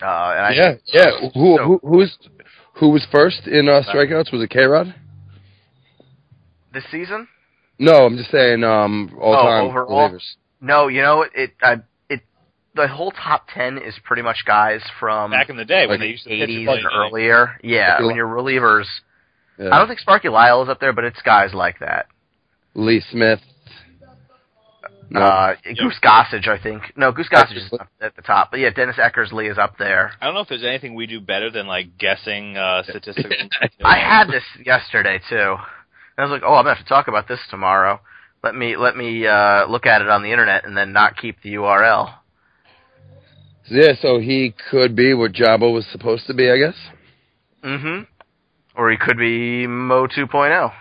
Uh, and I
Yeah, yeah. Who
So-
who who's who was first in uh, strikeouts? Was it K Rod?
this season.
No, I'm just saying um, all
Oh,
time
overall?
relievers.
No, you know it. I, it the whole top ten is pretty much guys from
Back in the day when
Like
they used to hit
eighties
you
and earlier. Yeah,
Sparky
when you're relievers.
Yeah.
I don't think Sparky Lyle is up there, but it's guys like that.
Lee Smith. No.
Uh, Goose Gossage, I think. No, Goose Gossage is
Gossage.
up at the top. But yeah, Dennis Eckersley is up there.
I don't know if there's anything we do better than like guessing uh, statistics.
<laughs> I had this yesterday too. And I was like, oh, I'm gonna have to talk about this tomorrow. Let me let me uh, look at it on the internet and then not keep the URL.
Yeah, so he could be what Jabba was supposed to be, I guess.
Mm-hmm. Or he could be Mo oh. 2.0.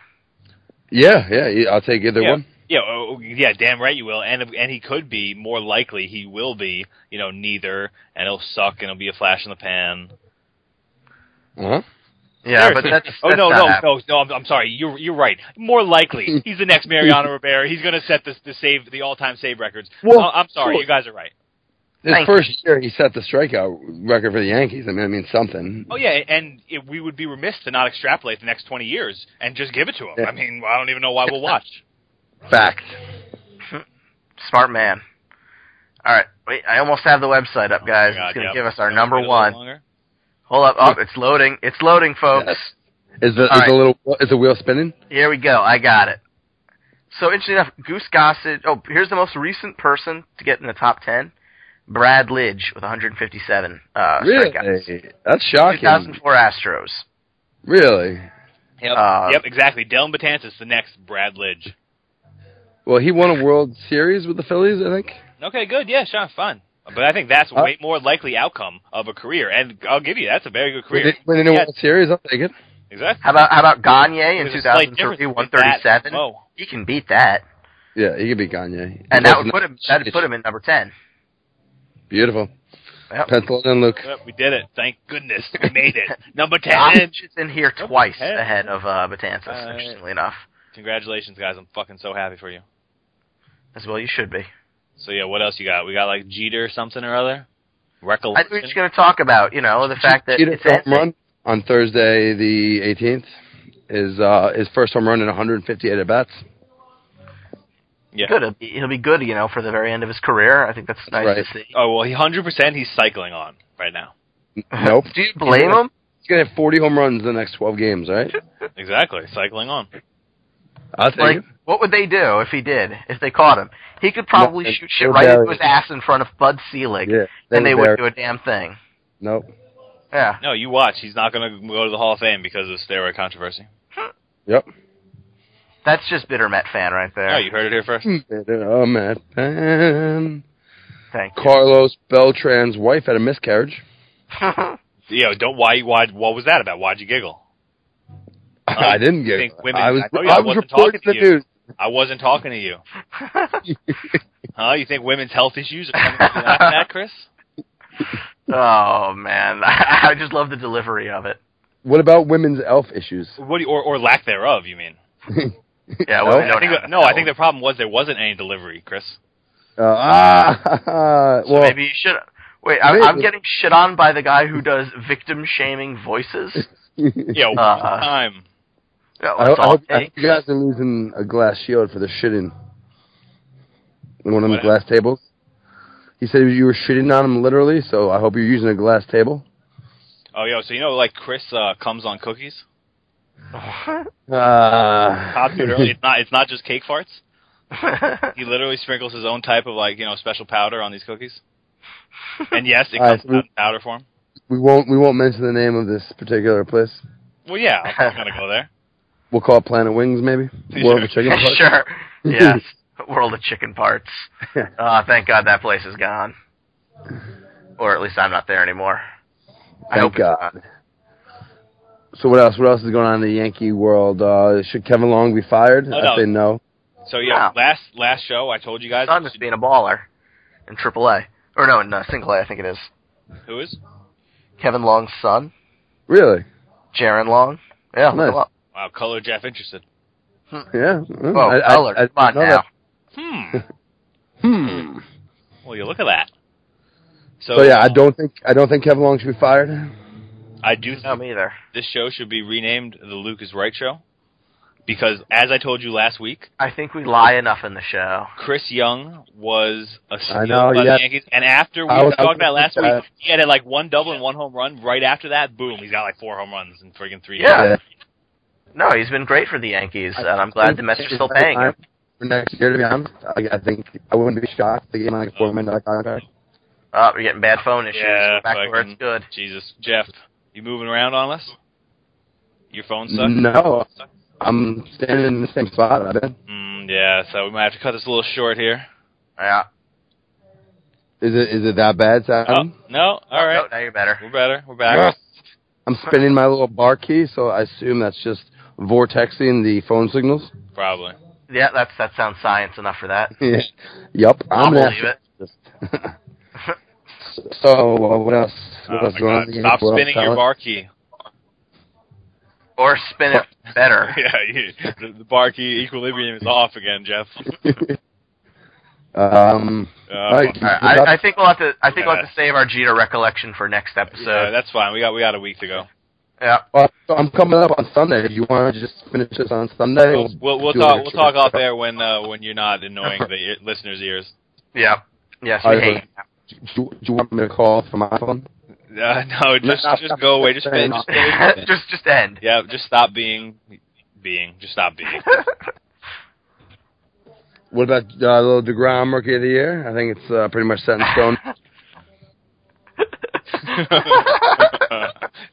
Yeah, yeah. he- I'll take either
Yeah.
one.
Yeah, oh, oh, yeah, damn right you will, and and he could be more likely he will be, you know, neither, and it'll suck, and it'll be a flash in the pan.
Uh-huh.
Yeah, but
Seriously.
that's,
oh
that's
no,
not
no,
happening.
no, no, I'm, I'm sorry, you're you're right. More
<laughs>
likely, he's the next Mariano Rivera. He's gonna set this the save the all time save records.
Well,
Oh, I'm sorry,
sure.
you guys are right.
His
Thank
first year, he set the strikeout record for the Yankees. I mean, I mean something.
Oh yeah, and it, we would be remiss to not extrapolate the next 20 years and just give it to him.
Yeah.
I mean, I don't even know why we'll watch.
Fact.
Smart man. All right, wait. I almost have the website up, <laughs> guys.
Oh God,
it's going
yep.
to give us our
Wait a
number
little
one.
longer.
Hold up, up. It's loading. It's loading, folks.
Yes. Is the is
All right.
the little is the wheel spinning?
Here we go. I got it. So interesting enough, Goose Gossett. Oh, here's the most recent person to get in the top ten. Brad Lidge with 157 uh, strikeouts.
Really? That's shocking.
2004 Astros.
Really?
Yep,
Uh,
yep, exactly. Dylan Batantis, the next Brad Lidge.
Well, he won a World Series with the Phillies, I think.
Okay, good. Yeah, Sean, fun. But I think that's
Uh,
way more likely outcome of a career, and I'll give you that's a very good
When
career.
they, when they
Yeah.
World Series, I'll take it.
Exactly.
How about how about Gagne in
There's a slight difference
2003,
between
137?
that- Whoa.
He can beat that,
Yeah, he could be Gagne.
and that would put him that would put him in number 10.
Beautiful.
Yep.
Pencil it in, Luke.
Yep, we did it. Thank goodness.
<laughs>
We made it. Number 10.
Gossage is in here
Number
twice
10.
ahead of uh, Batanzas,
Alright.
interestingly enough.
Congratulations, guys. I'm fucking so happy for you.
As well, you should be.
So, yeah, what else you got? We got, like, Jeter or something or other?
I think
Recollection?
we're just going to talk about, you know, the fact that
Jeter
it's
home
ending.
run on Thursday the 18th is uh, his first home run in 158 at bats.
yeah.
good. He'll be, he'll be good, you know, for the very end of his career. I think that's nice
right.
to see.
Oh, well, he 100% he's cycling on right now.
Nope.
<laughs> Do you blame him?
He's gonna have 40 home runs in the next 12 games, right?
Exactly. Cycling on.
I'll take
Like,
it.
what would they do if he did? If they caught him, he could probably
Nothing.
shoot shit
They'll
right
bury
into his
him.
ass in front of Bud Selig,
Yeah,
and they
would bear-
wouldn't do a damn thing.
Nope.
Yeah.
No, you watch. He's not going to go to the Hall of Fame because of steroid controversy.
Yep.
That's just bitter Met fan right there.
Oh, you heard it here first.
Oh, Matt Pan.
Thank <laughs> you.
Carlos Beltran's wife had a miscarriage.
Yo, don't why why what was that about? Why'd you giggle?
<laughs> I didn't get.
think
it.
women-
I was.
I know you
I was
wasn't
reporting the
talking to
news.
I wasn't talking to you. Huh? You think women's health issues are coming from that, Matt, Chris?
<laughs> oh man, <laughs> I just love the delivery of it.
<laughs> What about women's elf issues? <laughs>
What do you, or or lack thereof? You mean?
Yeah,
No?
well, we
I
don't
think
have
the-
it.
no, I think the problem was there wasn't any delivery, Chris.
Uh, ah, <laughs>
So
well,
maybe you should. Wait, I,
Maybe.
I'm getting shit on by the guy who does victim shaming voices.
<laughs>
Yo,
Uh,
Uh-huh.
time.
Yeah,
I,
that's
I
all
hope
it
I hope <laughs>
takes.
you guys are losing a glass shield for the shitting. On One of the
What?
glass tables. He said you were shitting on him literally, so I hope you're using a glass table.
Oh, yo, so you know, like Chris uh, comes on cookies.
Uh,
Todd said earlier, it's not it's not just cake farts. He literally sprinkles his own type of like you know special powder on these cookies. And yes, it
All right,
comes
so we-
out in powder form.
<laughs> we won't we won't mention the name of this particular place.
Well, yeah, I'm gonna go there.
We'll call it Planet Wings, maybe. World of Chicken Parts.
<laughs>
<laughs>
sure. Yes. World of chicken parts. Uh, thank God that place is gone. Or at least I'm not there anymore. I
Thank
hope it's
God.
gone.
So what else? What else is going on in the Yankee world? Uh, should Kevin Long be fired?
Oh,
I
no.
say no.
So yeah,
Wow.
last last show I told you guys
Son is being a baller in AAA. Or no, in uh, single A, I think it is.
who is.
Kevin Long's son,
Really?
Jaron Long. Yeah,
Nice.
look him up.
Wow, color Jeff interested.
Yeah. Mm,
Whoa, Ballard,
I
come on
know
now.
that. <laughs>
Hmm.
Hmm.
Well, you look at that. So,
So yeah, I
uh,
don't think I don't think Kevin Long should be fired.
I do
No,
think
me either.
this show should be renamed the Luke is Right Show because, as I told you last week,
I think we lie enough in the show.
Chris Young was a steal
I know,
by
yeah.
the Yankees, and after we
I was-
talked
I was
about last
gonna-
week, he had like one double and one home run. Right after that, boom, he's got like four home runs in friggin' three.
Yeah.
years.
No, he's been great for the Yankees, and I'm glad the Mets are still paying him.
for next year. To be honest, I, I think I wouldn't be shocked if they gave him like a four million dollar contract.
Oh, you're getting bad phone issues.
Yeah,
Go Back to where
fucking-
it's good.
Jesus, Jeff, you moving around on us? Your phone sucks.
No, I'm standing in the same spot. I bet.
Mm, yeah, so we might have to cut this a little short here.
Yeah.
Is it is it that bad, Sam?
oh, no, all right,
No, now you're better.
we're better. We're back.
I'm spinning my little bar key, so I assume that's just vortexing the phone signals. <laughs>
Probably.
Yeah, that's that sounds science enough for that.
yup, I'm an
I'll believe
astrophysicist. <laughs> so uh, what else? What
Oh
else
my
going
God,
on? in the
Stop
Yankee world,
spinning your
Tyler?
bar key. <laughs>
Or spin it better.
<laughs> yeah, you, the, the bar key equilibrium is off again,
<laughs>
Jeff.
um,
Uh,
Alright.
All right, I, I think we'll have to. I think we'll have to save our Jeter recollection for next
yeah,
episode.
that's fine. We got we got a week to go.
Yeah.
uh, so I'm coming up on Sunday. Do you want to just finish this on Sunday?
We'll we'll, we'll
do
talk
it.
we'll talk off air when uh, when you're not annoying the ear- listeners' ears.
Yeah. Yes,
All
we
right,
hate.
Do, do you want me to call from my phone?
Uh, <laughs> no, just just go away. Just fin- just,
you.
<laughs>
just
<laughs> just just end.
yeah, just stop being being. Just
<laughs>
stop being. <laughs>
What about uh, little Degrom Rookie of the Year? I think it's uh, pretty much set in
<laughs>
<laughs>
stone.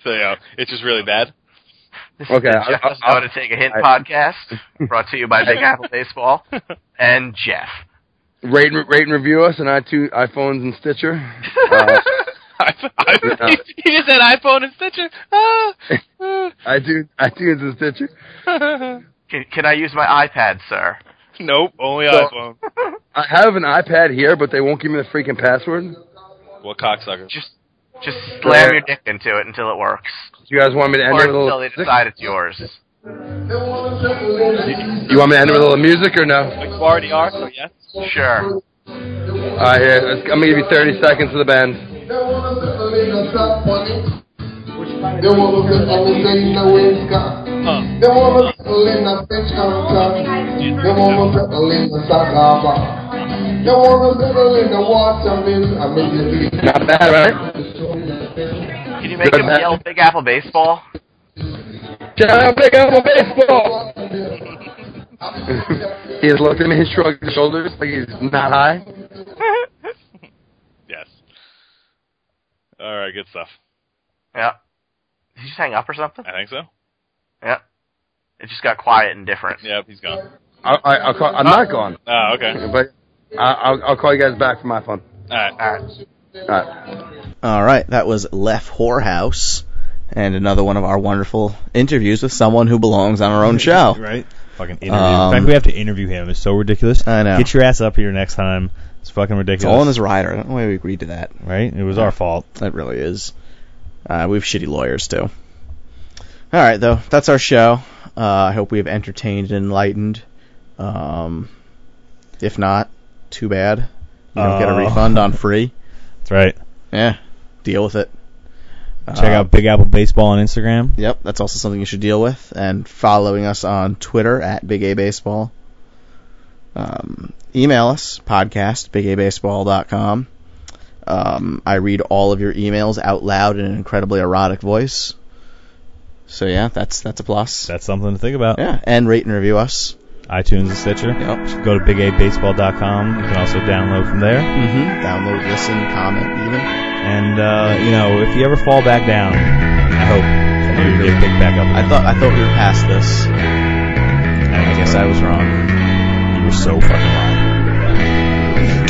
so yeah, it's just really bad. <laughs>
This
<laughs> Okay, uh,
is the
I-
Jeff
I-
Doesn't Know How to Take a Hint
I-
<laughs> podcast, brought to you by Big Apple Baseball
Uh,
and Jeff.
rate, and, rate and review us on iTunes, iPhones, and
<laughs>
Stitcher. Uh,
I, I,
Yeah.
<laughs> he just said iPhone and Stitcher.
<laughs>
Ah, ah.
iTunes, iTunes and Stitcher.
Can, can I use my iPad, sir?
nope, only
So- <laughs>
iPhone.
I have an iPad here, but they won't give me the freaking password. Do
What cocksucker?
Just just slam your dick into it until it works,
you guys want me to end
or
it with a little
until they decide it's yours.
You want me to end it with a little music or no?
Like you already are, so yes.
Sure.
All right, here, let's- I'm going to give you 30 seconds of the band.
They want us to believe in South Bunny. They want us to understand the way it's got.
Huh.
They want us to believe in French culture. They want us to believe in Sakaba. They want us to believe in watermelon. I mean, you do.
Not bad, right?
Can you make him yell Big Apple Baseball?
Shout out, pick up a baseball! <laughs> He has looked at me and shrugged his shoulders like he's not high.
Yes. All right, good stuff.
Yeah. Did you just hang up or something?
I think so.
Yeah. It just got quiet and different.
Yep, he's gone.
I, I, I'll call, I'm not gone,
Oh, okay.
but I, I'll, I'll call you guys back from my phone.
All right.
All right.
All right.
All right, that was Left Whorehouse, and another one of our wonderful interviews with someone who belongs on our own show.
Right? Fucking interview.
Um,
in fact, we have to interview him. It's so ridiculous.
I know.
Get your ass up here next time. It's fucking
It's
ridiculous.
all in his rider. I don't know why we agreed to that.
right? It was our fault.
That really is. Uh, we have shitty lawyers too. All right, though. That's our show. Uh, I hope we have entertained and enlightened. Um, if not, too bad. You don't get a
Oh.
refund on free.
That's right.
Yeah, deal with it.
Check
Uh,
out Big Apple Baseball on Instagram.
Yep, that's also something you should deal with. And following us on Twitter at Big A Baseball. Um, email us, podcast, bigabaseball.com. Um, I read all of your emails out loud in an incredibly erotic voice. So yeah, that's that's a plus.
That's something to think about.
Yeah, and rate and review us.
iTunes and Stitcher.
Yep.
Go to bigabaseball.com. You can also download from there.
Mm-hmm. Download, listen, comment, even.
And uh, you know, if you ever fall back down, I hope that you get picked back up.
I thought I thought we were past this. I guess I was wrong.
you were so fucking lying.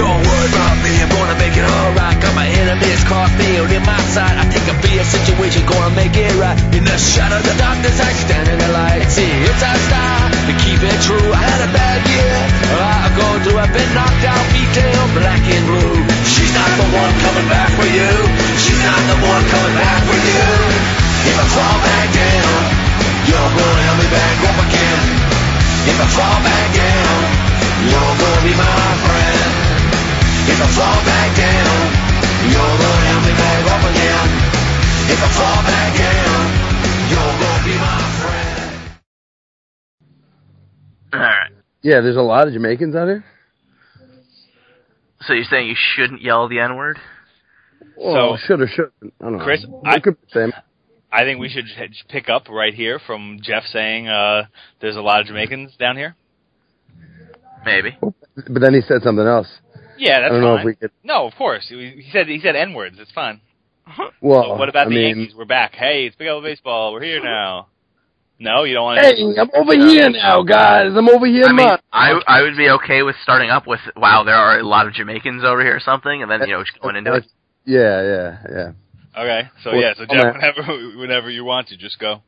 Don't worry about me, I'm gonna make it alright. Got my enemies caught field in my sight. I think I'll be a situation, gonna make it right. In the shadow of the darkness, I stand in the light. See, it's our style to keep it true. I had a bad year, I've gone through. I've been knocked out, beat down, black and blue. She's not the one coming back for you. She's not the one coming back for you. If I fall back down, you're gonna help me back up again. If I fall back down, you're gonna be my friend. If I fall back down, you're gonna help me back up again. If I fall back down, you're gonna be my friend.
All right.
Yeah, there's a lot of Jamaicans out here.
So you're saying you shouldn't yell the N word?
Well,
So-
should or should. I don't know.
Chris,
It
I-
could be the same.
I think we should j- j- pick up right here from Jeff saying uh, there's a lot of Jamaicans down here.
Maybe.
But then he said something else.
Yeah,
I
that's
don't know
fine.
if we could.
No, of course. He he said he said N words. It's fine.
Well,
So what about
I
the
mean,
Yankees? We're back. Hey, it's Big Apple Baseball. We're here now. No, you don't want
Hey,
to.
I'm over here now, guys. I'm over here,
I mean,
man.
I I would be okay with starting up with wow, there are a lot of Jamaicans over here or something, and then you know just going into it.
Yeah, yeah, yeah.
Okay, so
Well,
yeah, so
I'm
Jeff,
at-
whenever <laughs> whenever you want to, just go.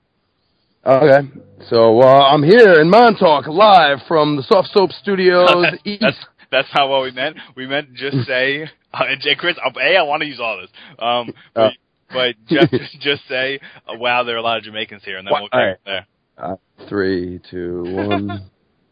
Okay. So uh, I'm here in Montauk, live from the Soft Soap Studios. East.
that's that's not what we meant. We meant
Mm.
just say, uh, and Jay Chris. uh, A, I want to use all this.
Oh.
Um, but, but
<laughs>
Jeff, just, just say, uh, wow, there are a lot of Jamaicans here, and then
Wha-
we'll
all
take
right.
it there.
Three, two, one.